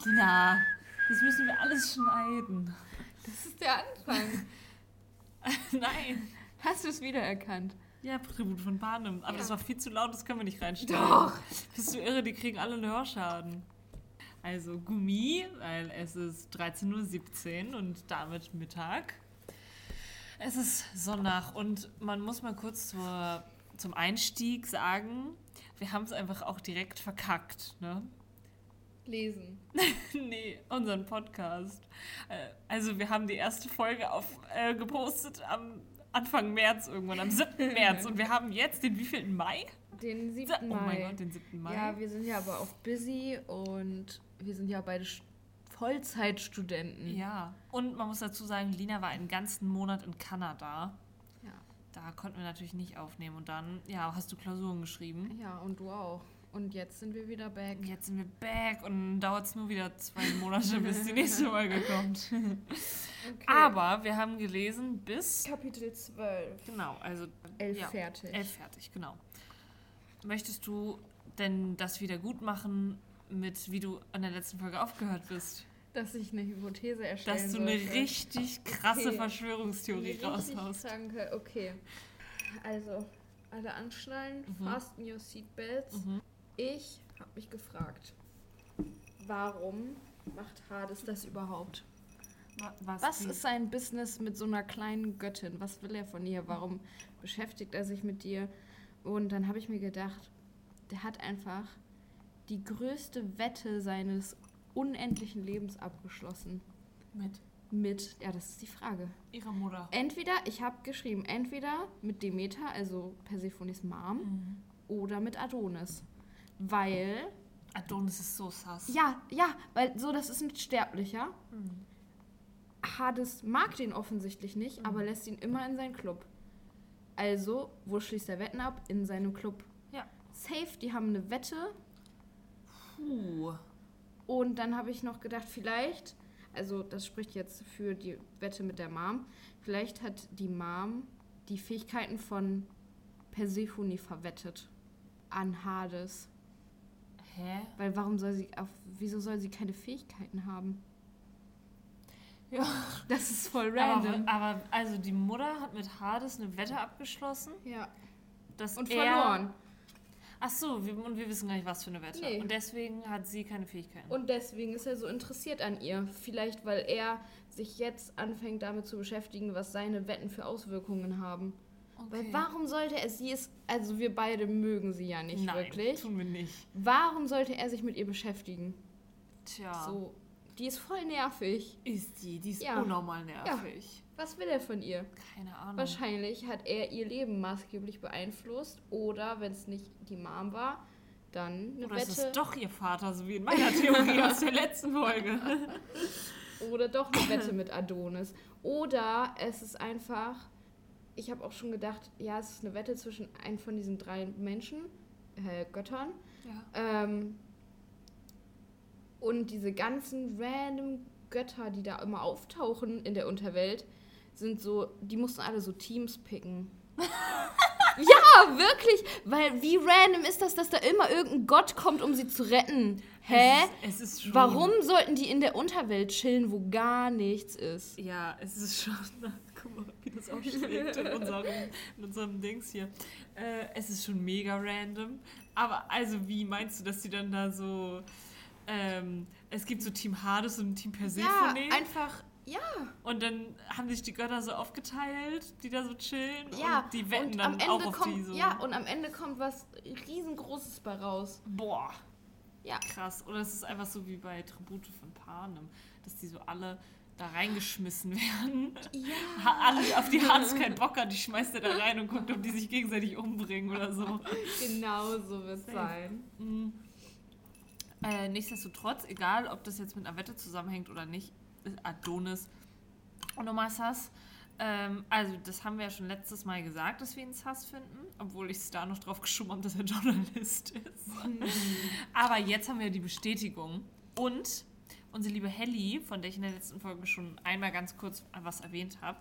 Stina, das müssen wir alles schneiden. Das ist der Anfang. Nein. Hast du es wiedererkannt? Ja, Tribut von Panem. Aber Ja. das war viel zu laut, das können wir nicht reinstellen. Doch. Bist du irre, die kriegen alle einen Hörschaden. Also Gummi, weil es ist 13.17 Uhr und damit Mittag. Es ist Sonntag und man muss mal kurz zur, zum Einstieg sagen, wir haben es einfach auch direkt verkackt, ne? Lesen. Nee, unseren Podcast. Äh, Also wir haben die erste Folge auf, äh, gepostet am Anfang März irgendwann, am 7. März. Und wir haben jetzt den wievielten Mai? Den 7. Oh Mai. mein Gott, den 7. Mai. Ja, wir sind ja aber auch busy und wir sind ja beide Sch- Vollzeitstudenten. ja. Und man muss dazu sagen, Lina war einen ganzen Monat in Kanada. Ja. Da konnten wir natürlich nicht aufnehmen. Und dann, ja, hast du Klausuren geschrieben. Ja, und du auch. Und jetzt sind wir wieder back. Jetzt sind wir back und dauert es nur wieder zwei Monate, bis die nächste Folge kommt. Okay. Aber wir haben gelesen bis... Kapitel 12. Genau, also... Elf ja. fertig. Elf fertig, genau. Möchtest du denn das wieder gut machen mit, wie du an der letzten Folge aufgehört bist? Dass ich eine Hypothese erstellen Dass du eine sollte. richtig krasse Okay. Verschwörungstheorie Eine richtig raushaust. kranke. Okay. Also, alle anschnallen, fasten your seatbelts. Ich habe mich gefragt, warum macht Hades das überhaupt? Wa- Was, Was wie- ist sein Business mit so einer kleinen Göttin? Was will er von ihr? Warum beschäftigt er sich mit dir? Und dann habe ich mir gedacht, der hat einfach die größte Wette seines unendlichen Lebens abgeschlossen. mit Mit, ja, das ist die Frage. ihrer Mutter? Entweder, ich habe geschrieben, entweder mit Demeter, also Persephones Mom, oder mit Adonis. Weil, Adonis ist so sass. ja, ja, weil so, das ist ein Sterblicher. Hades mag den offensichtlich nicht, aber lässt ihn immer in seinen Club. Also, wo schließt er Wetten ab? In seinem Club. Ja. Safe, die haben eine Wette. Puh. Und dann habe ich noch gedacht, vielleicht, also das spricht jetzt für die Wette mit der Mom, vielleicht hat die Mom die Fähigkeiten von Persephone verwettet an Hades. Hä? Weil warum soll sie, auf, wieso soll sie keine Fähigkeiten haben? Ja. Das ist voll random. Aber, aber also die Mutter hat mit Hades eine Wette abgeschlossen, ja. dass Und er verloren. Ach so, wir, und wir wissen gar nicht, was für eine Wette. Nee. Und deswegen hat sie keine Fähigkeiten. Und deswegen ist er so interessiert an ihr. Vielleicht, weil er sich jetzt anfängt damit zu beschäftigen, was seine Wetten für Auswirkungen haben. Weil warum sollte er sie ist, also wir beide mögen sie ja nicht Nein, wirklich. tun wir nicht. Warum sollte er sich mit ihr beschäftigen? Tja, So, die ist voll nervig. ist die. Die ist Ja. unnormal nervig. Was will er von ihr? Keine Ahnung. Wahrscheinlich hat er ihr Leben maßgeblich beeinflusst oder wenn es nicht die Mom war, dann eine Oder es Wette ist doch ihr Vater, so wie in meiner Theorie aus der letzten Folge. Oder doch eine Wette mit Adonis. Oder es ist einfach, ich habe auch schon gedacht, ja, es ist eine Wette zwischen einem von diesen drei Menschen, äh, Göttern. Ja. Ähm, und diese ganzen random Götter, die da immer auftauchen in der Unterwelt, sind so, die mussten alle so Teams picken. ja, wirklich, weil wie random ist das, dass da immer irgendein Gott kommt, um sie zu retten? Hä? Es ist, es ist schon, Warum sollten die in der Unterwelt chillen, wo gar nichts ist? Ja, es ist schon. Guck mal, wie das ausschlägt in unserem, in unserem Dings hier. Äh, es ist schon mega random. Aber also, wie meinst du, dass die dann da so. Ähm, es gibt so Team Hades und Team Persephone. einfach, ja, Und dann haben sich die Götter so aufgeteilt, die da so chillen. ja. Und die wetten und dann am Ende auch auf kommt, die so. Ja, und am Ende kommt was riesengroßes bei raus. Boah. Ja. Krass. Oder es ist einfach so wie bei Tribute von Panem, dass die so alle da reingeschmissen werden. Ja. Ha alle, auf die Hades keinen Bock hat, die schmeißt er da rein und guckt, ob die sich gegenseitig umbringen oder so. Genau so wird es Safe. sein. Mhm. Äh, nichtsdestotrotz, egal ob das jetzt mit einer Wette zusammenhängt oder nicht, ist Adonis nochmal Sass. Ähm, also, das haben wir ja schon letztes Mal gesagt, dass wir ihn Sass finden, obwohl ich es da noch drauf geschoben habe, dass er Journalist ist. Aber jetzt haben wir die Bestätigung. Und unsere liebe Helly, von der ich in der letzten Folge schon einmal ganz kurz was erwähnt habe,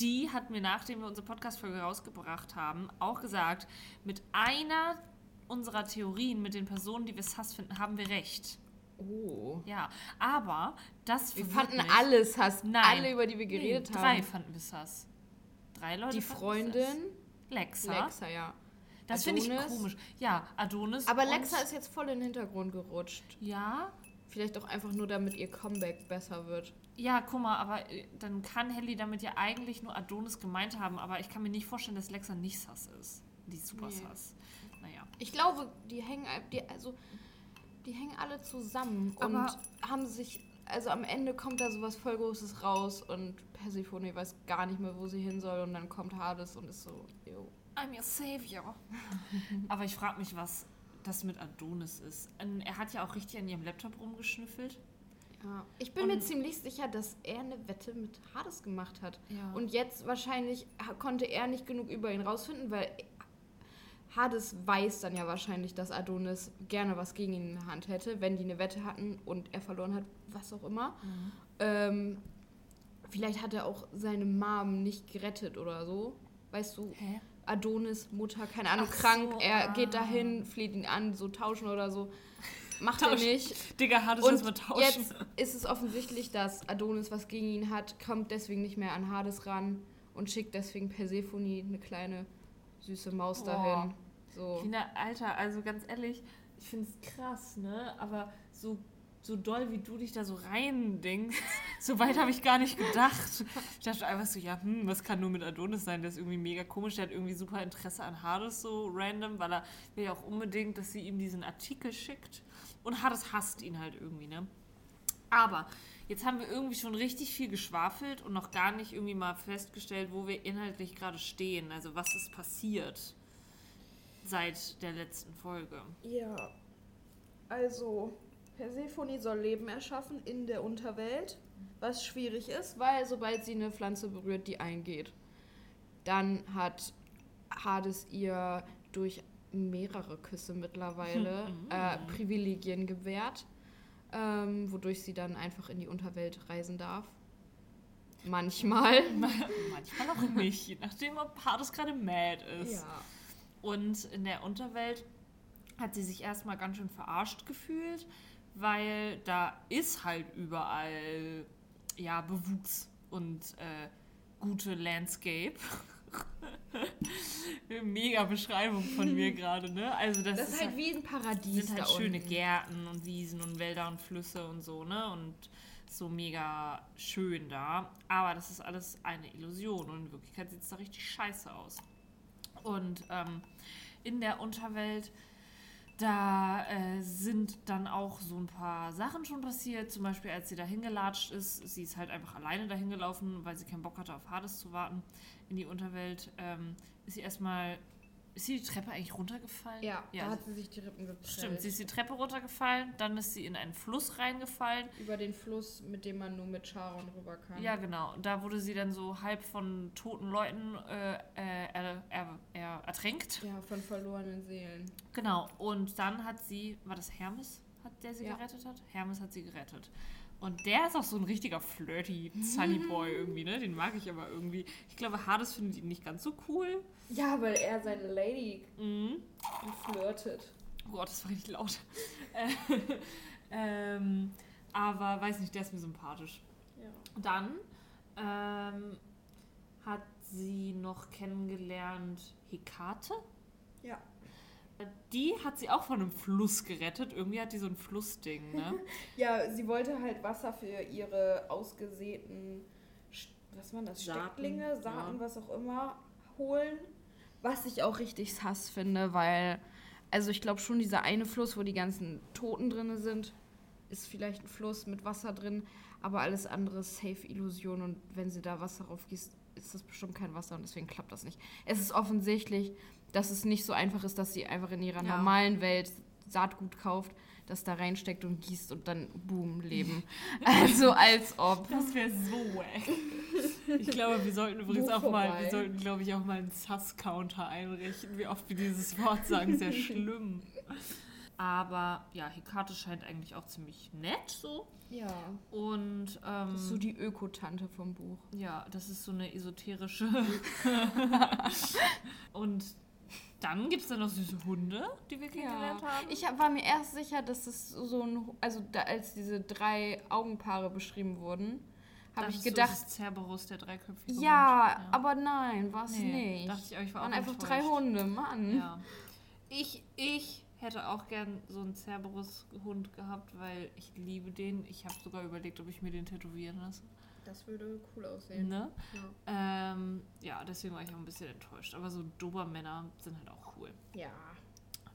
die hat mir, nachdem wir unsere Podcast-Folge rausgebracht haben, auch gesagt, mit einer unserer Theorien, mit den Personen, die wir Sass finden, haben wir recht. Oh. Ja, aber das Wir verwirrt fanden mich. alles Hass. Nein. Alle, über die wir Nee, geredet Drei haben. fanden wir sass. Drei Leute Die fanden Freundin, sass. Lexa. Lexa, ja. Das finde ich Adonis. komisch. Ja, Adonis. Aber und- Lexa ist jetzt voll in den Hintergrund gerutscht. Ja, Vielleicht auch einfach nur, damit ihr Comeback besser wird. ja, guck mal, aber äh, dann kann Helly damit ja eigentlich nur Adonis gemeint haben, aber ich kann mir nicht vorstellen, dass Lexa nicht sass ist. Die ist super Nee. sass. Naja. Ich glaube, die hängen, ein- die, also, die hängen alle zusammen Aber- und haben sich, also am Ende kommt da sowas voll Großes raus und Persephone weiß gar nicht mehr, wo sie hin soll und dann kommt Hades und ist so, yo. I'm your savior. aber ich frage mich, was das mit Adonis ist. Ähm, Er hat ja auch richtig an ihrem Laptop rumgeschnüffelt. Ja. Ich bin mir Und- ziemlich sicher, dass er eine Wette mit Hades gemacht hat. Ja. Und jetzt wahrscheinlich ha- konnte er nicht genug über ihn rausfinden, weil Hades weiß dann ja wahrscheinlich, dass Adonis gerne was gegen ihn in der Hand hätte, wenn die eine Wette hatten und er verloren hat, was auch immer. Mhm. Ähm, vielleicht hat er auch seine Mom nicht gerettet oder so. Weißt du, Hä? Adonis, Mutter, keine Ahnung, Ach so, krank, er ah. geht dahin, fleht ihn an, so tauschen oder so. Macht er Tauschen. nicht. Digga, Hades Und lass mal tauschen. jetzt ist es offensichtlich, dass Adonis was gegen ihn hat, kommt deswegen nicht mehr an Hades ran und schickt deswegen Persephone eine kleine süße Maus Boah. dahin. So. Kinder, Alter, also ganz ehrlich, ich finde es krass, ne? Aber so, so doll, wie du dich da so reindenkst, so weit habe ich gar nicht gedacht. Ich dachte einfach so, ja, hm, was kann nur mit Adonis sein? Der ist irgendwie mega komisch, der hat irgendwie super Interesse an Hades so random, weil er will ja auch unbedingt, dass sie ihm diesen Artikel schickt. Und Hades hasst ihn halt irgendwie, ne? Aber jetzt haben wir irgendwie schon richtig viel geschwafelt und noch gar nicht irgendwie mal festgestellt, wo wir inhaltlich gerade stehen. Also was ist passiert seit der letzten Folge. Ja. Also, Persephone soll Leben erschaffen in der Unterwelt, was schwierig ist, weil sobald sie eine Pflanze berührt, die eingeht, dann hat Hades ihr durch mehrere Küsse mittlerweile Hm, äh, Privilegien gewährt, ähm, wodurch sie dann einfach in die Unterwelt reisen darf. Manchmal. Manchmal auch nicht, je nachdem, ob Hades gerade mad ist. Ja. Und in der Unterwelt hat sie sich erstmal ganz schön verarscht gefühlt, weil da ist halt überall ja Bewuchs und äh, gute Landscape. Mega Beschreibung von mir gerade, ne? Also das, Das ist halt wie ein Paradies. sind halt da schöne unten. Gärten und Wiesen und Wälder und Flüsse und so, ne? Und so mega schön da. Aber das ist alles eine Illusion und in Wirklichkeit sieht es da richtig scheiße aus. Und ähm, in der Unterwelt, da äh, sind dann auch so ein paar Sachen schon passiert. Zum Beispiel, als sie da hingelatscht ist, sie ist halt einfach alleine dahin gelaufen, weil sie keinen Bock hatte, auf Hades zu warten. In die Unterwelt ähm, ist sie erstmal. Ist sie die Treppe eigentlich runtergefallen? Ja, da sie- hat sie sich die Rippen geprellt. Stimmt, sie ist die Treppe runtergefallen, dann ist sie in einen Fluss reingefallen. über den Fluss, mit dem man nur mit Charon rüber kann. Ja, genau. Und da wurde sie dann so halb von toten Leuten äh, äh, er, er, er, ertränkt. Ja, von verlorenen Seelen. Genau. Und dann hat sie, war das Hermes, hat der sie Ja. gerettet hat? Hermes hat sie gerettet. Und der ist auch so ein richtiger flirty Sunny Boy irgendwie, ne? Den mag ich aber irgendwie. Ich glaube, Hades findet ihn nicht ganz so cool. Ja, weil er seine Lady Mhm. flirtet. Oh Gott, das war richtig laut. Äh, ähm, aber weiß nicht, der ist mir sympathisch. Ja. Dann ähm, hat sie noch kennengelernt Hekate. Ja. Die hat sie auch von einem Fluss gerettet. Irgendwie hat die so ein Flussding, ne? Ja, sie wollte halt Wasser für ihre ausgesäten, Sch- was waren das, Saaten, Stecklinge, Saaten, ja. was auch immer, holen. Was ich auch richtig sass finde, weil, also ich glaube schon, dieser eine Fluss, wo die ganzen Toten drin sind, ist vielleicht ein Fluss mit Wasser drin, aber alles andere ist safe Illusion und wenn sie da Wasser raufgießt, ist das bestimmt kein Wasser und deswegen klappt das nicht. Es ist offensichtlich, dass es nicht so einfach ist, dass sie einfach in ihrer Ja. normalen Welt Saatgut kauft, das da reinsteckt und gießt und dann boom, Leben. Also als ob. Das wäre so wack. Ich glaube, wir sollten übrigens Buch auch mal, vorbei. wir sollten, glaube ich, auch mal einen Sass-Counter einrichten. Wie oft wir dieses Wort sagen, ist ja schlimm. Aber ja, Hekate scheint eigentlich auch ziemlich nett so. Ja. Und ähm, Das ist so die Ökotante vom Buch. Ja, das ist so eine esoterische. und Dann gibt es da noch süße Hunde, die wir kennengelernt haben. Ich hab, war mir erst sicher, dass es so ein, also da, als diese drei Augenpaare beschrieben wurden, habe Dachtest ich du, es gedacht, ist Cerberus, der dreiköpfige ja, Hund? aber nein, war es Nee, nicht. Dachte ich, aber ich war waren auch einfach drei enttäuscht. Hunde, Mann. Ja. Ich, ich hätte auch gern so einen Cerberus-Hund gehabt, weil ich liebe den. Ich habe sogar überlegt, ob ich mir den tätowieren lasse. Das würde cool aussehen. Ne? Ähm, ja, deswegen war ich auch ein bisschen enttäuscht. Aber so Dobermänner sind halt auch cool. Ja.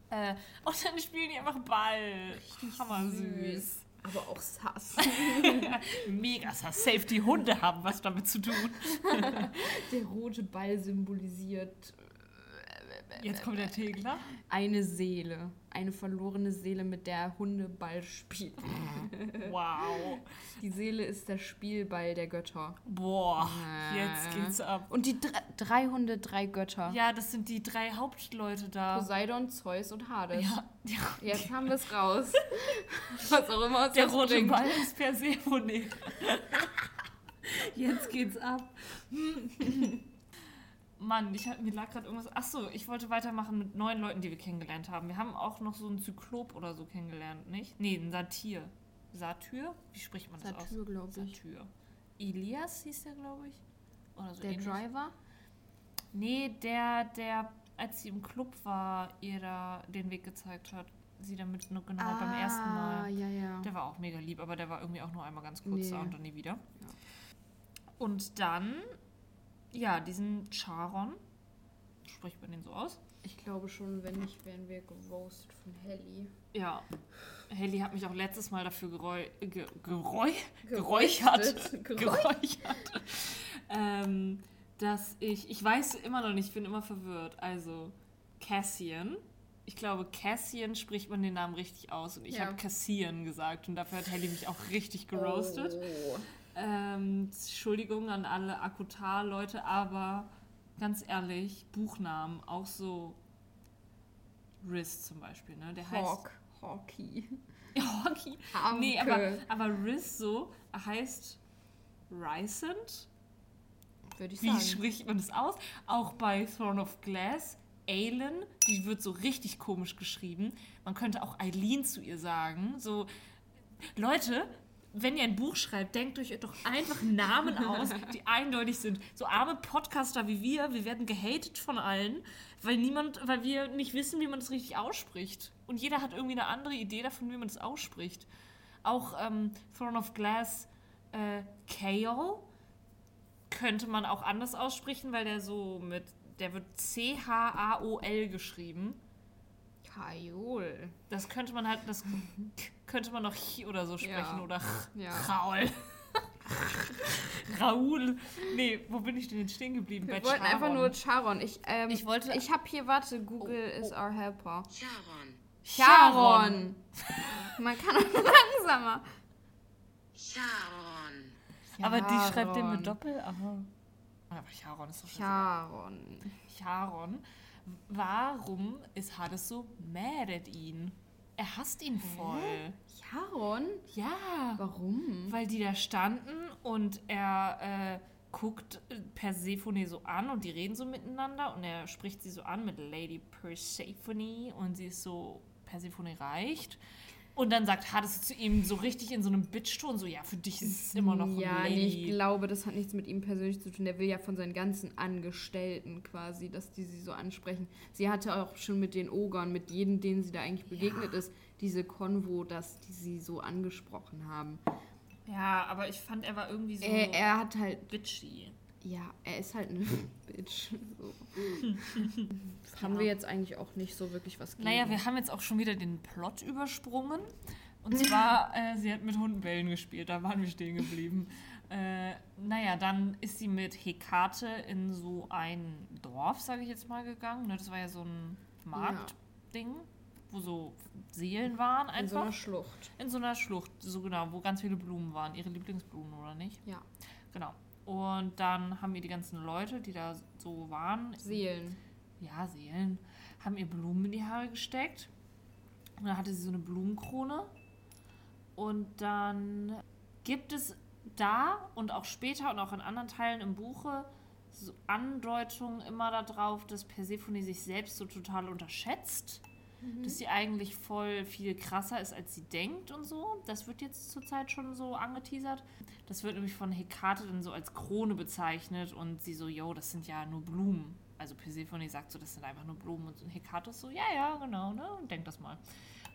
Äh, und dann spielen die einfach Ball. Richtig Hammer Ah, süß. süß. Aber auch sass. Mega sass. Safe, die Hunde haben was damit zu tun. Der rote Ball symbolisiert Jetzt kommt der Tegler. eine Seele. Eine verlorene Seele, mit der Hunde Ball spielt. Wow. Die Seele ist der Spielball der Götter. Boah, jetzt geht's ab. Und die dr drei Hunde, drei Götter. Ja, das sind die drei Hauptleute da. Poseidon, Zeus und Hades. Ja, ja. Jetzt haben wir es raus. Was auch immer uns Der das rote bringt. Ball ist Oh, Persephone. Jetzt geht's ab. Mann, ich, hab- mir lag gerade irgendwas. Achso, ich wollte weitermachen mit neuen Leuten, die wir kennengelernt haben. Wir haben auch noch so einen Zyklop oder so kennengelernt, nicht? Nee, einen Satir. Satyr? Wie spricht man das aus? Satyr, glaube ich. Satyr. Elias hieß der, glaube ich. Oder so Der ähnlich. Driver? Nee, der, der, als sie im Club war, ihr da den Weg gezeigt hat. Sie damit nur genau beim ersten Mal. Ja, Ah, ja. Der war auch mega lieb, aber der war irgendwie auch nur einmal ganz kurz da Nee. und dann nie wieder. Ja. Und dann, ja, diesen Charon, spricht man den so aus? Ich glaube schon, wenn nicht, wären wir gewostet von Helly. Ja. Haley hat mich auch letztes Mal dafür gereu ge gereu geräuchert. Geräuchert. geräuchert. ähm, dass ich, ich weiß immer noch nicht, ich bin immer verwirrt. Also Cassian. Ich glaube, Cassian spricht man den Namen richtig aus. Und ich Ja. habe Cassian gesagt. Und dafür hat Haley mich auch richtig geroastet. Oh. Ähm, Entschuldigung an alle Akutar-Leute, aber ganz ehrlich, Buchnamen, auch so Riz zum Beispiel, ne? Der heißt. Hawk. Hawky. Ja, Hockey. Hawke. Nee, aber, aber Riz so heißt Rysant. Würde ich Wie sagen. spricht man das aus? Auch bei Throne of Glass, Aelin, die wird so richtig komisch geschrieben. Man könnte auch Eileen zu ihr sagen. So, Leute, wenn ihr ein Buch schreibt, denkt euch doch einfach Namen aus, die eindeutig sind. So arme Podcaster wie wir, wir werden gehatet von allen, weil niemand, weil wir nicht wissen, wie man das richtig ausspricht. Und jeder hat irgendwie eine andere Idee davon, wie man das ausspricht. Auch ähm, Throne of Glass, äh, Kale könnte man auch anders aussprechen, weil der so mit, der wird C-H-A-O-L geschrieben. Kajol. Das könnte man halt, das k- könnte man noch Chi oder so sprechen Mhm. Ja. oder Ch- Ja. Raul. Raul. Nee, wo bin ich denn jetzt stehen geblieben? Wir Bei wollten Charon. einfach nur Charon. Ich, ähm, Ich wollte- Ich habe hier, warte, Google Oh, oh. is our helper. Charon. Charon. Charon! Man kann auch langsamer. Charon. Aber die schreibt den Charon. mit Doppel. Aha. Aber Charon ist doch scheißegal. Charon. Charon. Warum ist Hades so mad at ihn? Er hasst ihn voll. Charon? Ja. Warum? Weil die da standen und er äh, guckt Persephone so an und die reden so miteinander und er spricht sie so an mit Lady Persephone und sie ist so, Persephone reicht. Und dann sagt Hades zu ihm so richtig in so einem Bitch-Ton so, ja, für dich ist es immer noch Ja, nee, ich Lady. glaube, das hat nichts mit ihm persönlich zu tun. Der will ja von seinen ganzen Angestellten quasi, dass die sie so ansprechen. Sie hatte auch schon mit den Ogern, mit jedem, denen sie da eigentlich begegnet ist, diese Konvo, dass die sie so angesprochen haben. ja, aber ich fand, er war irgendwie so Er, er hat halt bitchy. Ja, er ist halt eine Bitch. So. Haben wir jetzt eigentlich auch nicht so wirklich was gegen. Naja, wir haben jetzt auch schon wieder den Plot übersprungen. Und zwar, äh, sie hat mit Hundenbällen gespielt, da waren wir stehen geblieben. äh, naja, dann ist sie mit Hekate in so ein Dorf, sage ich jetzt mal, gegangen. Ne, das war ja so ein Marktding, wo so Seelen waren in so einfach. einer Schlucht. in so einer Schlucht, so genau, wo ganz viele Blumen waren. Ihre Lieblingsblumen, oder nicht? Ja. Genau. Und dann haben ihr die ganzen Leute, die da so waren, Seelen. ja, Seelen, haben ihr Blumen in die Haare gesteckt. Und dann hatte sie so eine Blumenkrone. Und dann gibt es da und auch später und auch in anderen Teilen im Buche so Andeutungen immer darauf, dass Persephone sich selbst so total unterschätzt. Dass sie eigentlich voll viel krasser ist, als sie denkt und so. Das wird jetzt zurzeit schon so angeteasert. Das wird nämlich von Hekate dann so als Krone bezeichnet und sie so, yo, das sind ja nur Blumen. Also Persephone sagt so, das sind einfach nur Blumen und so. Und Hekate ist so, ja, ja, genau, ne? Und denkt das mal.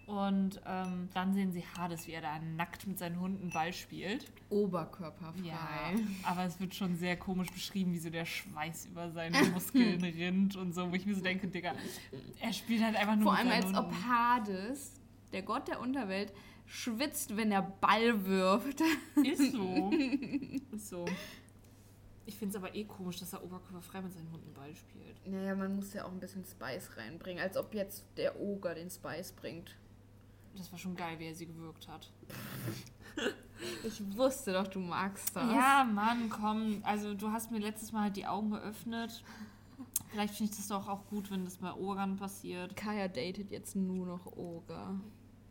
Und ähm, dann sehen sie Hades, wie er da nackt mit seinen Hunden Ball spielt. Oberkörperfrei. Ja, aber es wird schon sehr komisch beschrieben, wie so der Schweiß über seine Muskeln rinnt und so, wo ich mir so denke, Digga, er spielt halt einfach nur Vor mit allem seinen als ob Hunden. Hades, der Gott der Unterwelt, schwitzt, wenn er Ball wirft. Ist so. Ist so. Ich finde es aber eh komisch, dass er oberkörperfrei mit seinen Hunden Ball spielt. Naja, man muss ja auch ein bisschen Spice reinbringen, als ob jetzt der Oger den Spice bringt. Das war schon geil, wie er sie gewürgt hat. Ich wusste doch, du magst das. Ja, Mann, komm. Also, du hast mir letztes Mal halt die Augen geöffnet. Vielleicht finde ich das doch auch gut, wenn das bei Oran passiert. Kaya datet jetzt nur noch Oger.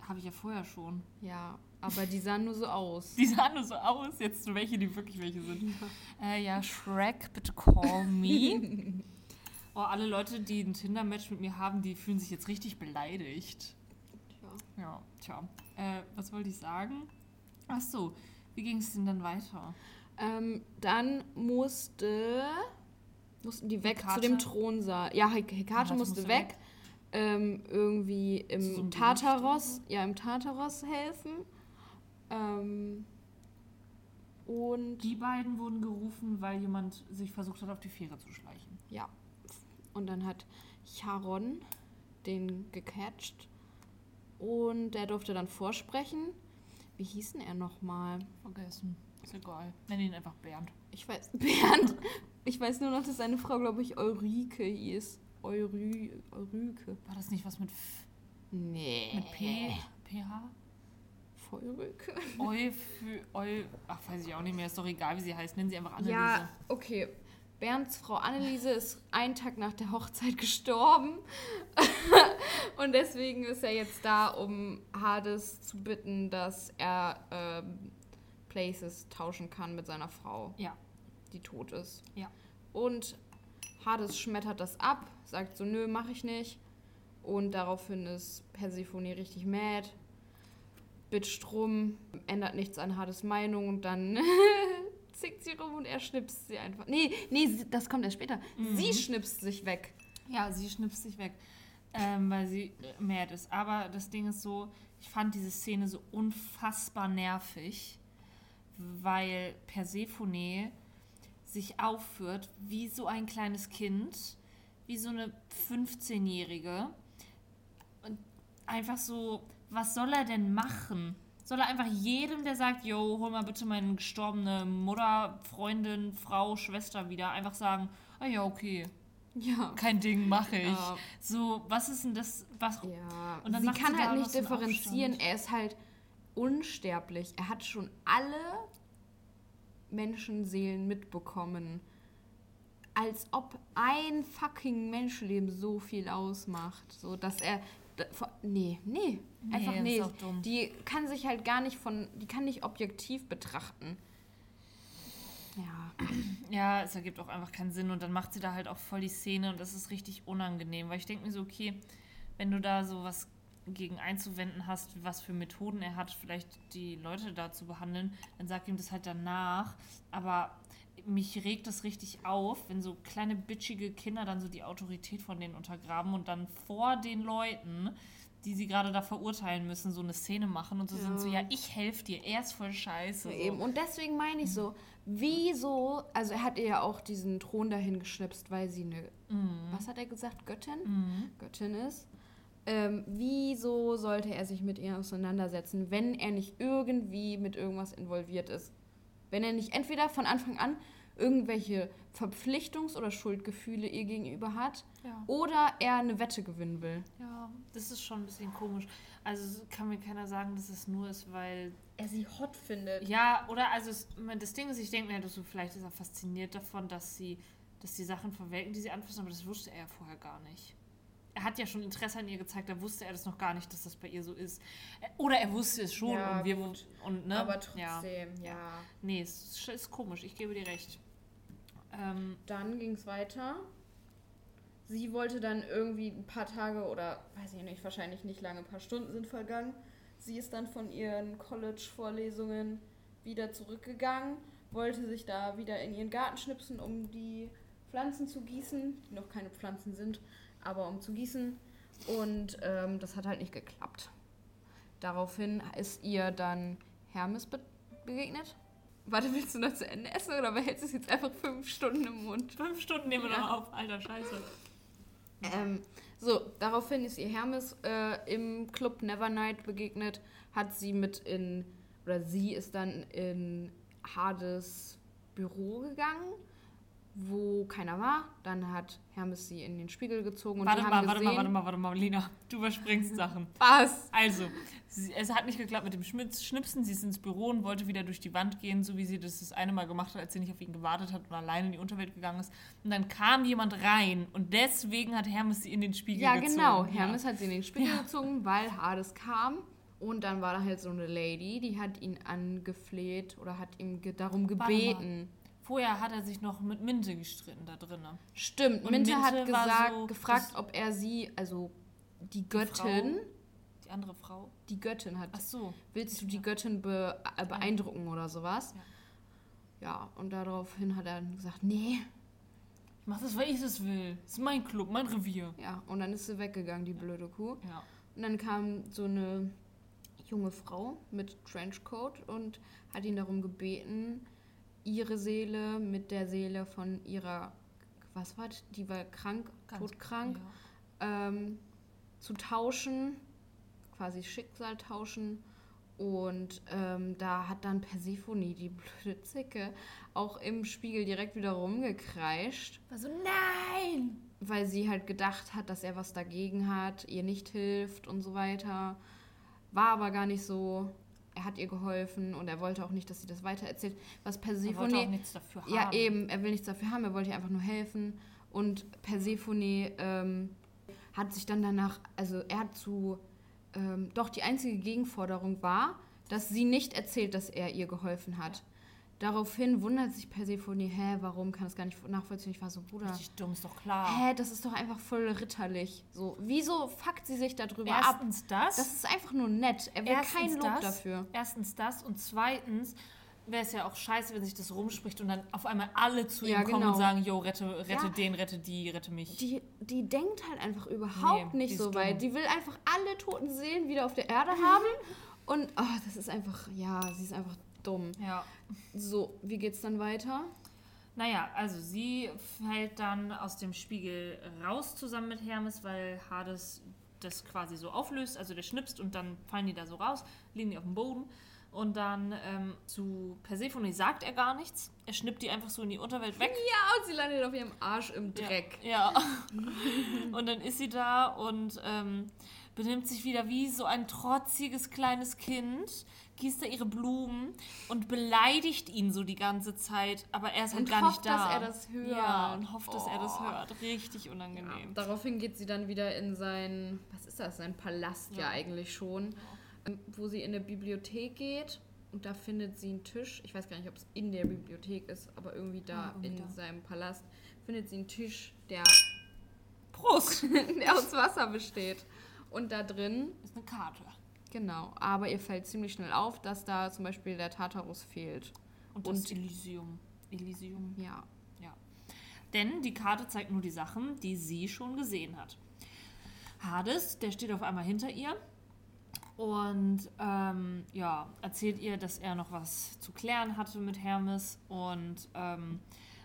Habe ich ja vorher schon. Ja, aber die sahen nur so aus. Die sahen nur so aus, jetzt welche, die wirklich welche sind. Äh, ja, Shrek, bitte call me. oh, alle Leute, die ein Tinder-Match mit mir haben, die fühlen sich jetzt richtig beleidigt. Ja, tja. Äh, was wollte ich sagen? Ach so, wie ging es denn dann weiter? Ähm, dann musste mussten die weg Hekate? zu dem Thronsaal. Ja, Hek- Hekate Hekate musste musste weg. weg. Ähm, irgendwie im so einem Gerücht Tartaros, ja, im Tartaros helfen. Ähm, und Die beiden wurden gerufen, weil jemand sich versucht hat, auf die Fähre zu schleichen. Ja. Und dann hat Charon den gecatcht. Und der durfte dann vorsprechen. Wie hieß denn er nochmal? Vergessen. Ist egal. Nenn ihn einfach Bernd. Ich weiß. Bernd. Ich weiß nur noch, dass seine Frau, glaube ich, Eurike hieß. Eury, Eurike. War das nicht was mit, F Nee. mit P? Äh. PH? Feurike. Eu, für, eu, ach, weiß ich auch nicht mehr. Ist doch egal, wie sie heißt. Nennen sie einfach Anneliese. Ja, okay. Bernds Frau Anneliese ist einen Tag nach der Hochzeit gestorben. Und deswegen ist er jetzt da, um Hades zu bitten, dass er ähm, Places tauschen kann mit seiner Frau, Ja, die tot ist. ja. Und Hades schmettert das ab, sagt so, nö, mach ich nicht. Und daraufhin ist Persephone richtig mad, bitcht rum, ändert nichts an Hades Meinung und dann zickt sie rum und er schnipst sie einfach. Nee, nee, sie- das kommt erst später. Sie schnipst sich weg. Ja, sie schnipst sich weg, ähm, weil sie äh, mad ist. Aber das Ding ist so, ich fand diese Szene so unfassbar nervig, weil Persephone sich aufführt wie so ein kleines Kind, wie so eine 15-Jährige. Und einfach so, was soll er denn machen? Soll er einfach jedem, der sagt, yo, hol mal bitte meine gestorbene Mutter, Freundin, Frau, Schwester wieder, einfach sagen, ah ja, okay Ja. kein Ding, mache ich. Ja. So, was ist denn das? Was, Ja. Und dann sie macht kann sie da halt noch nicht so einen differenzieren. Abstand. Er ist halt unsterblich. Er hat schon alle Menschenseelen mitbekommen. Als ob ein fucking Menschenleben so viel ausmacht. So, dass er. da- vor- Nee, nee. Einfach das ist nee. auch dumm. Die kann sich halt gar nicht von. Die kann nicht objektiv betrachten. Ja. Ja, es ergibt auch einfach keinen Sinn und dann macht sie da halt auch voll die Szene und das ist richtig unangenehm, weil ich denke mir so, okay, wenn du da so was gegen einzuwenden hast, was für Methoden er hat, vielleicht die Leute da zu behandeln, dann sag ihm das halt danach. Aber mich regt das richtig auf, wenn so kleine bitchige Kinder dann so die Autorität von denen untergraben und dann vor den Leuten, die sie gerade da verurteilen müssen, so eine Szene machen und so sind so, Ja. ja, ich helfe dir, er ist voll scheiße. Ja, So. Eben. Und deswegen meine ich so, wieso, also er hat ihr ja auch diesen Thron dahin geschnipst, weil sie eine, Mhm. was hat er gesagt, Göttin? Göttin ist. Ähm, wieso sollte er sich mit ihr auseinandersetzen, wenn er nicht irgendwie mit irgendwas involviert ist? Wenn er nicht entweder von Anfang an irgendwelche Verpflichtungs- oder Schuldgefühle ihr gegenüber hat Ja. oder er eine Wette gewinnen will. Ja, das ist schon ein bisschen komisch. Also es kann mir keiner sagen, dass es nur ist, weil. Er sie hot findet. Ja, oder also es, mein- das Ding ist, ich denke mir, dass du vielleicht ist er fasziniert davon, dass sie, dass die Sachen verwelken, die sie anfassen, aber das wusste er ja vorher gar nicht. Er hat ja schon Interesse an ihr gezeigt, da wusste er das noch gar nicht, dass das bei ihr so ist. Ä- Oder er wusste es schon Ja, und wir gut. und ne? Ja. ja. Nee, es ist, ist komisch, ich gebe dir recht. Ähm, Dann ging es weiter. Sie wollte dann irgendwie ein paar Tage oder weiß ich nicht, wahrscheinlich nicht lange, ein paar Stunden sind vergangen. Sie ist dann von ihren College-Vorlesungen wieder zurückgegangen, wollte sich da wieder in ihren Garten schnipsen, um die Pflanzen zu gießen, die noch keine Pflanzen sind, aber um zu gießen. Und ähm, das hat halt nicht geklappt. Daraufhin ist ihr dann Hermes be begegnet. Warte, willst du noch zu Ende essen oder behältst du es jetzt einfach fünf Stunden im Mund? fünf Stunden nehmen wir Ja. noch auf. Alter, scheiße. Ähm, so, daraufhin ist ihr Hermes äh, im Club Nevernight begegnet, hat sie mit in, oder sie ist dann in Hades Büro gegangen, wo keiner war. Dann hat Hermes sie in den Spiegel gezogen und warte die mal, haben warte gesehen, mal, warte mal, warte mal, Lina. Du überspringst Sachen. was? Also, sie, es hat nicht geklappt mit dem Schmitz, Schnipsen. Sie ist ins Büro und wollte wieder durch die Wand gehen, so wie sie das das eine Mal gemacht hat, als sie nicht auf ihn gewartet hat und alleine in die Unterwelt gegangen ist. Und dann kam jemand rein und deswegen hat Hermes sie in den Spiegel Ja, gezogen. genau. Hermes hat sie in den Spiegel gezogen, weil Hades kam. Und dann war da halt so eine Lady, die hat ihn angefleht oder hat ihm ge darum Warte mal. gebeten. Vorher hat er sich noch mit Minte gestritten da ne? drinnen. Stimmt, Und Minte, Minte hat war gesagt, so- gefragt, ob er sie, also die Göttin, Frau? Die andere Frau. die Göttin hat. Ach so. Willst du die Göttin be äh, beeindrucken oder sowas? Ja. Ja, und daraufhin hat er dann gesagt, nee. Ich mach das, weil ich es will. Das ist mein Club, mein Revier. Ja, und dann ist sie weggegangen, die blöde Kuh. Ja. Und dann kam so eine junge Frau mit Trenchcoat und hat ihn darum gebeten, ihre Seele mit der Seele von ihrer, was war das? die, war krank, Ganz- todkrank, Ja. ähm, zu tauschen, quasi Schicksal tauschen. Und ähm, da hat dann Persephone, die blöde Zicke, auch im Spiegel direkt wieder rumgekreischt, War so, nein! weil sie halt gedacht hat, dass er was dagegen hat, ihr nicht hilft und so weiter. War aber gar nicht so. Er hat ihr geholfen und er wollte auch nicht, dass sie das weitererzählt. Was Sie wollte auch Persephone. nichts dafür haben. Ja, eben. Er will nichts dafür haben, er wollte ihr einfach nur helfen. Und Persephone ähm, hat sich dann danach, also er hat zu, ähm, doch die einzige Gegenforderung war, dass sie nicht erzählt, dass er ihr geholfen hat. Daraufhin wundert sich Persephone, hä, warum kann das gar nicht nachvollziehen? Ich war so, Bruder, Richtig dumm, ist doch klar. hä, das ist doch einfach voll ritterlich. So, wieso fuckt sie sich darüber ab? Erstens das. Das ist einfach nur nett. Er will Erstens kein Lob das, dafür. Erstens das und zweitens wäre es ja auch scheiße, wenn sich das rumspricht und dann auf einmal alle zu Ja, ihm kommen genau. und sagen, yo, rette, rette Ja. den, rette die, rette mich. Die, die denkt halt einfach überhaupt Nee, die nicht so ist weit. dumm. Die will einfach alle toten Seelen wieder auf der Erde haben. Und oh, das ist einfach, ja, sie ist einfach dumm. ja. So, wie geht's dann weiter? Naja, also sie fällt dann aus dem Spiegel raus zusammen mit Hermes, weil Hades das quasi so auflöst, also der schnipst und dann fallen die da so raus, liegen die auf dem Boden. Und dann ähm, zu Persephone sagt er gar nichts. Er schnippt die einfach so in die Unterwelt weg. Ja, und sie landet auf ihrem Arsch im Dreck. Ja. und dann ist sie da und ähm, benimmt sich wieder wie so ein trotziges kleines Kind, gießt da ihre Blumen und beleidigt ihn so die ganze Zeit, aber er ist halt Und gar hofft, nicht da. dass er das hört. Ja, und hofft, dass er das Oh. hört. Richtig unangenehm. Daraufhin geht sie dann wieder in sein, was ist das, sein Palast ja, Ja. eigentlich schon, ähm, wo sie in eine Bibliothek geht und da findet sie einen Tisch. Ich weiß gar nicht, ob es in der Bibliothek ist, aber irgendwie da Ah, oh, Ja, irgendwie in da. seinem Palast findet sie einen Tisch, der, Prost! der aus Wasser besteht. Und da drin, ist eine Karte. genau, aber ihr fällt ziemlich schnell auf, dass da zum Beispiel der Tartarus fehlt. Und das Und- Elysium. Elysium. Ja, Denn die Karte zeigt nur die Sachen, die sie schon gesehen hat. Hades, der steht auf einmal hinter ihr und ähm, ja, erzählt ihr, dass er noch was zu klären hatte mit Hermes und ähm,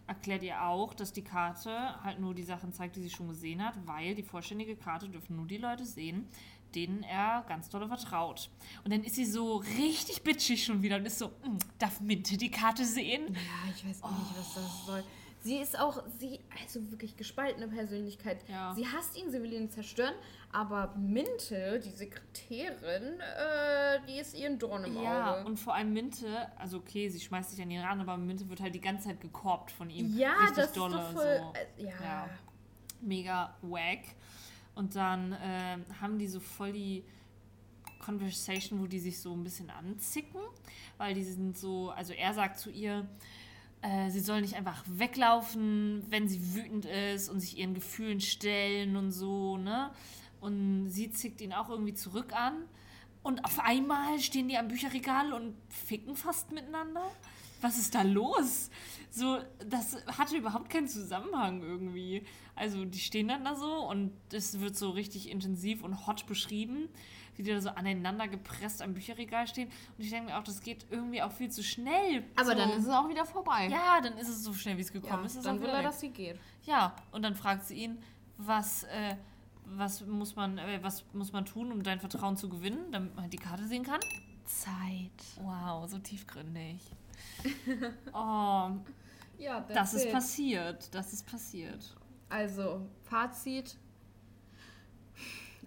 erklärt ihr auch, dass die Karte halt nur die Sachen zeigt, die sie schon gesehen hat, weil die vollständige Karte dürfen nur die Leute sehen, denen er ganz doll vertraut. Und dann ist sie so richtig bitchig schon wieder und ist so, "Mm, darf Minte die Karte sehen? Ja, ich weiß auch nicht, was das soll. Oh. Sie ist auch, sie, also wirklich gespaltene Persönlichkeit. Ja. Sie hasst ihn, sie will ihn zerstören, aber Minte, die Sekretärin, äh, die ist ihren Dorn im Ja, Auge. und vor allem Minte, also okay, sie schmeißt sich an ihn ran, aber Minte wird halt die ganze Zeit gekorbt von ihm. ja, Richtig das dolle, ist doch voll, so. äh, ja. Ja. Mega wack. Und dann ähm, haben die so voll die Conversation, wo die sich so ein bisschen anzicken, weil die sind so, also er sagt zu ihr, äh, sie soll nicht einfach weglaufen, wenn sie wütend ist und sich ihren Gefühlen stellen und so, ne? Und sie zickt ihn auch irgendwie zurück an. Und auf einmal stehen die am Bücherregal und ficken fast miteinander. Was ist da los? So, das hatte überhaupt keinen Zusammenhang irgendwie. Also, die stehen dann da so und es wird so richtig intensiv und hot beschrieben, wie die da so aneinander gepresst am Bücherregal stehen. Und ich denke mir auch, das geht irgendwie auch viel zu schnell. Aber so. dann ist es auch wieder vorbei. Ja, dann ist es so schnell, wie es gekommen ist. ist. es dann auch will wieder er, weg. dass sie geht. Ja, und dann fragt sie ihn, was, äh, was, muss man, äh, was muss man tun, um dein Vertrauen zu gewinnen, damit man halt die Karte sehen kann? Zeit. Wow, so tiefgründig. Oh, Ja, das ist passiert. Das ist passiert. Also, Fazit.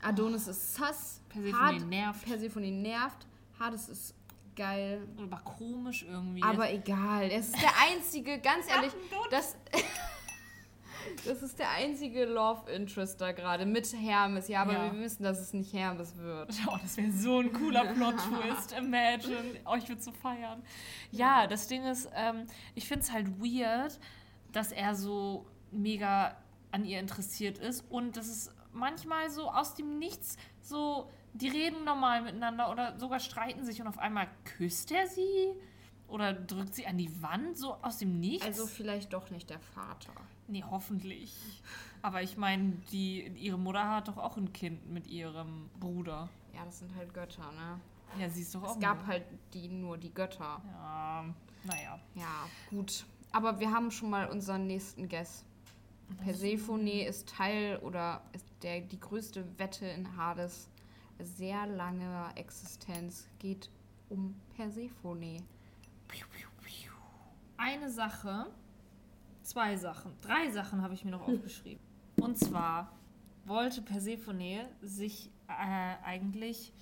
Adonis ist sass. Persephone hart, nervt. Persephone nervt. Hades ist geil. Aber komisch irgendwie. Aber egal. Es ist der einzige, ganz ehrlich, Adonis. das, das ist der einzige Love Interest da gerade mit Hermes. Ja, aber Ja. wir wissen, dass es nicht Hermes wird. Oh, das wäre so ein cooler Plot-Twist. Imagine. Oh, ich würde so feiern. Ja, das Ding ist, ähm, ich finde es halt weird, dass er so mega an ihr interessiert ist und dass es manchmal so aus dem Nichts so, die reden normal miteinander oder sogar streiten sich und auf einmal küsst er sie oder drückt sie an die Wand, so aus dem Nichts. Also vielleicht doch nicht der Vater. nee, hoffentlich. Aber ich meine, die, ihre Mutter hat doch auch ein Kind mit ihrem Bruder. Ja, das sind halt Götter, ne? Ja, sie ist doch auch Es gab Mutter. halt die nur die Götter. Ja, Ähm, naja. Ja, gut. Aber wir haben schon mal unseren nächsten Guess. Persephone ist Teil oder ist der, die größte Wette in Hades sehr langer Existenz geht um Persephone. Eine Sache, zwei Sachen, drei Sachen habe ich mir noch aufgeschrieben. Und zwar wollte Persephone sich äh, eigentlich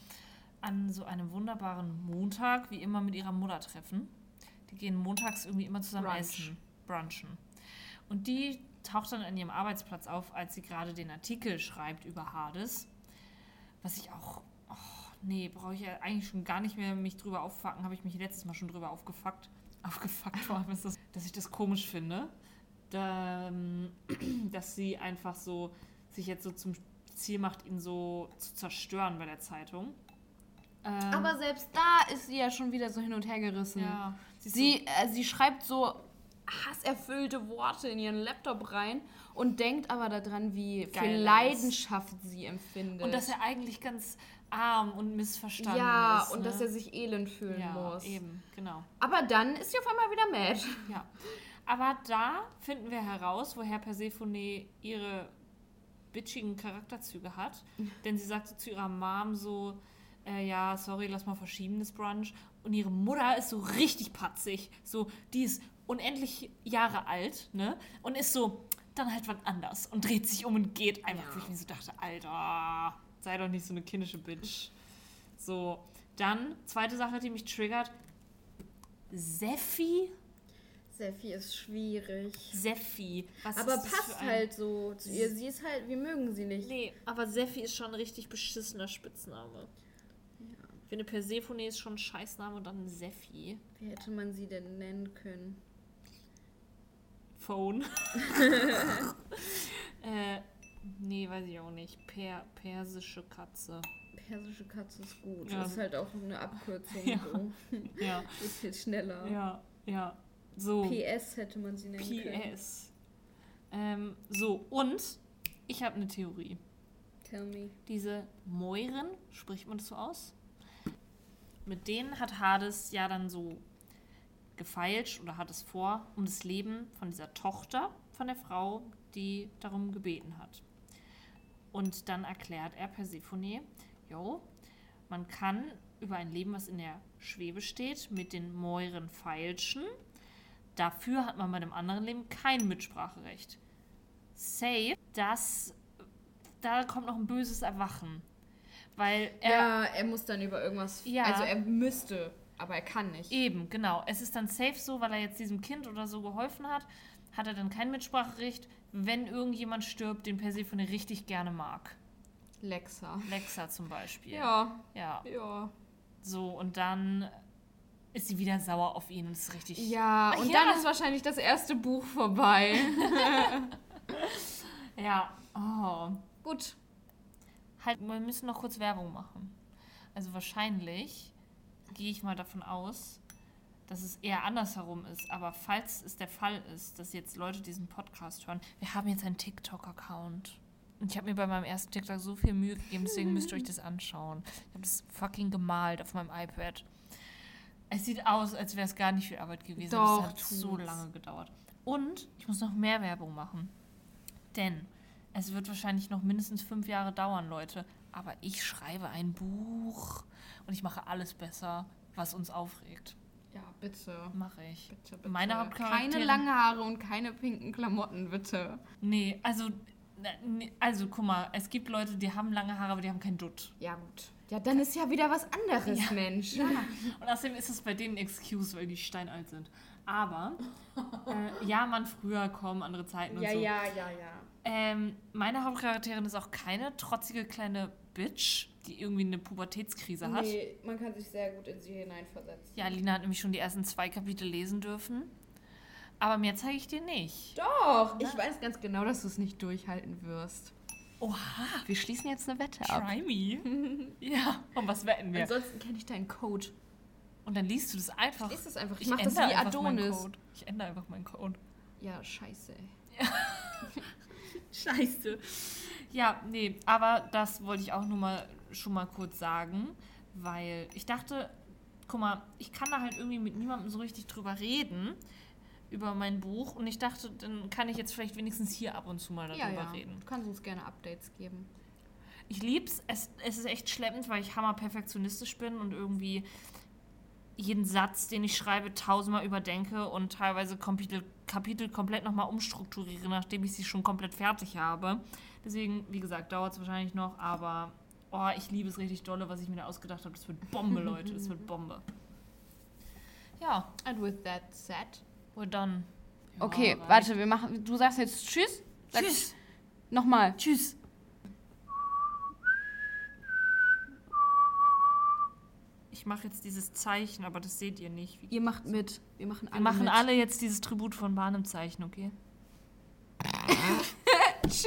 an so einem wunderbaren Montag wie immer mit ihrer Mutter treffen. Die gehen montags irgendwie immer zusammen Brunch. essen, brunchen. Und die taucht dann an ihrem Arbeitsplatz auf, als sie gerade den Artikel schreibt über Hades. Was ich auch. Oh, nee, brauche ich ja eigentlich schon gar nicht mehr mich drüber auffacken. Habe ich mich letztes Mal schon drüber aufgefuckt. Aufgefuckt vor allem ist das, dass ich das komisch finde. Da, ähm, dass sie einfach so sich jetzt so zum Ziel macht, ihn so zu zerstören bei der Zeitung. Ähm, Aber selbst da ist sie ja schon wieder so hin und her gerissen. ja, ist so- Mhm. Sie, äh, sie schreibt so hasserfüllte Worte in ihren Laptop rein und denkt aber daran, wie Geil viel ist. Leidenschaft sie empfindet. Und dass er eigentlich ganz arm und missverstanden ja, ist. und ne? dass er sich elend fühlen ja, muss. eben, genau. Aber dann ist sie auf einmal wieder mad. Ja. Aber da finden wir heraus, woher Persephone ihre bitchigen Charakterzüge hat. Denn sie sagte zu ihrer Mom so, äh, ja, sorry, lass mal verschieben das Brunch. Und ihre Mutter ist so richtig patzig. So, die ist unendlich Jahre alt, ne? Und ist so, dann halt wann anders. Und dreht sich um und geht einfach. Ja. Wo ich mir so dachte, Alter, sei doch nicht so eine kindische Bitch. So, dann, zweite Sache, die mich triggert. Seffi Seffi ist schwierig. Seffi. Was aber ist das passt für ein- halt so zu ihr. Sie ist halt, wir mögen sie nicht. Nee, aber Seffi ist schon ein richtig beschissener Spitzname. Ich finde, Persephone ist schon ein Scheißname und dann Seffi. Wie hätte man sie denn nennen können? Phone. äh, nee, weiß ich auch nicht. Per persische Katze. Persische Katze ist gut. Ja. Ist halt auch eine Abkürzung. Ja. So. Ja, Ist viel schneller. ja, ja. Oh. So. PS hätte man sie nennen können. PS. Ähm, so, und ich habe eine Theorie. Tell me. diese Moiren, spricht man das so aus? Mit denen hat Hades ja dann so gefeilscht oder hat es vor, um das Leben von dieser Tochter von der Frau, die darum gebeten hat. Und dann erklärt er Persephone, jo, man kann über ein Leben, was in der Schwebe steht, mit den Moiren feilschen. Dafür hat man bei einem anderen Leben kein Mitspracherecht. Safe, dass da kommt noch ein böses Erwachen. Weil er ja, er muss dann über irgendwas. Ja. Also er müsste, aber er kann nicht. Eben, genau. Es ist dann safe so, weil er jetzt diesem Kind oder so geholfen hat, hat er dann kein Mitspracherecht, wenn irgendjemand stirbt, den Persephone richtig gerne mag. Lexa. Lexa zum Beispiel. Ja, Ja. ja. So, und dann ist sie wieder sauer auf ihn und ist richtig. Ja, und Ja. dann ist wahrscheinlich das erste Buch vorbei. Ja. Oh. Gut. Halt, wir müssen noch kurz Werbung machen. Also wahrscheinlich gehe ich mal davon aus, dass es eher andersherum ist. Aber falls es der Fall ist, dass jetzt Leute diesen Podcast hören, wir haben jetzt einen TikTok-Account. Und ich habe mir bei meinem ersten TikTok so viel Mühe gegeben, deswegen müsst ihr euch das anschauen. Ich habe das fucking gemalt auf meinem iPad. Es sieht aus, als wäre es gar nicht viel Arbeit gewesen. aber Doch, es hat so tut's. lange gedauert. Und ich muss noch mehr Werbung machen. Denn es wird wahrscheinlich noch mindestens fünf Jahre dauern, Leute. Aber ich schreibe ein Buch und ich mache alles besser, was uns aufregt. Ja, bitte. Mache ich. Bitte, bitte. Meine Hauptcharaktere- Keine langen Haare und keine pinken Klamotten, bitte. Nee, also, na, nee, also guck mal, es gibt Leute, die haben lange Haare, aber die haben keinen Dutt. Ja, gut. Ja, dann ist ja wieder was anderes, Mensch. Und außerdem ist es bei denen Excuse, weil die steinalt sind. Aber, äh, ja, man, früher kommen andere Zeiten und so. ja, ja. Ähm, meine Hauptcharakterin ist auch keine trotzige kleine Bitch, die irgendwie eine Pubertätskrise hat. Nee, man kann sich sehr gut in sie hineinversetzen. Ja, Lina hat nämlich schon die ersten zwei Kapitel lesen dürfen. Aber mehr zeige ich dir nicht. Doch, ich weiß ganz genau, dass du es nicht durchhalten wirst. Oha, Wir schließen jetzt eine Wette try me. ja, und was wetten wir? Ansonsten kenne ich deinen Code. Und dann liest du das einfach. Ich lese das einfach. Ich, Ich mache das wie ändere einfach meinen Adonis. Code. Ich ändere einfach meinen Code. Ja, scheiße. ey. Scheiße. Ja, nee, aber das wollte ich auch nur mal schon mal kurz sagen, weil ich dachte, guck mal, ich kann da halt irgendwie mit niemandem so richtig drüber reden über mein Buch und ich dachte, dann kann ich jetzt vielleicht wenigstens hier ab und zu mal darüber Ja, ja. reden. Du kannst uns gerne Updates geben. Ich lieb's. Es, es ist echt schleppend, weil ich hammer perfektionistisch bin und irgendwie jeden Satz, den ich schreibe, tausendmal überdenke und teilweise Kapitel, Kapitel komplett nochmal umstrukturiere, nachdem ich sie schon komplett fertig habe. Deswegen, wie gesagt, dauert es wahrscheinlich noch, aber oh, ich liebe es richtig dolle, was ich mir da ausgedacht habe. Das wird Bombe, Leute. Das wird Bombe. Ja, And with that said. we're done. Ja, Okay, reicht. warte, wir machen. Du sagst jetzt Tschüss. Sag Tschüss. Nochmal. Tschüss. Ich mache jetzt dieses Zeichen, aber das seht ihr nicht. Wir Ihr macht mit. Wir machen alle. machen mit. alle jetzt dieses Tribut von Bahn im Zeichen, okay? Tschüss.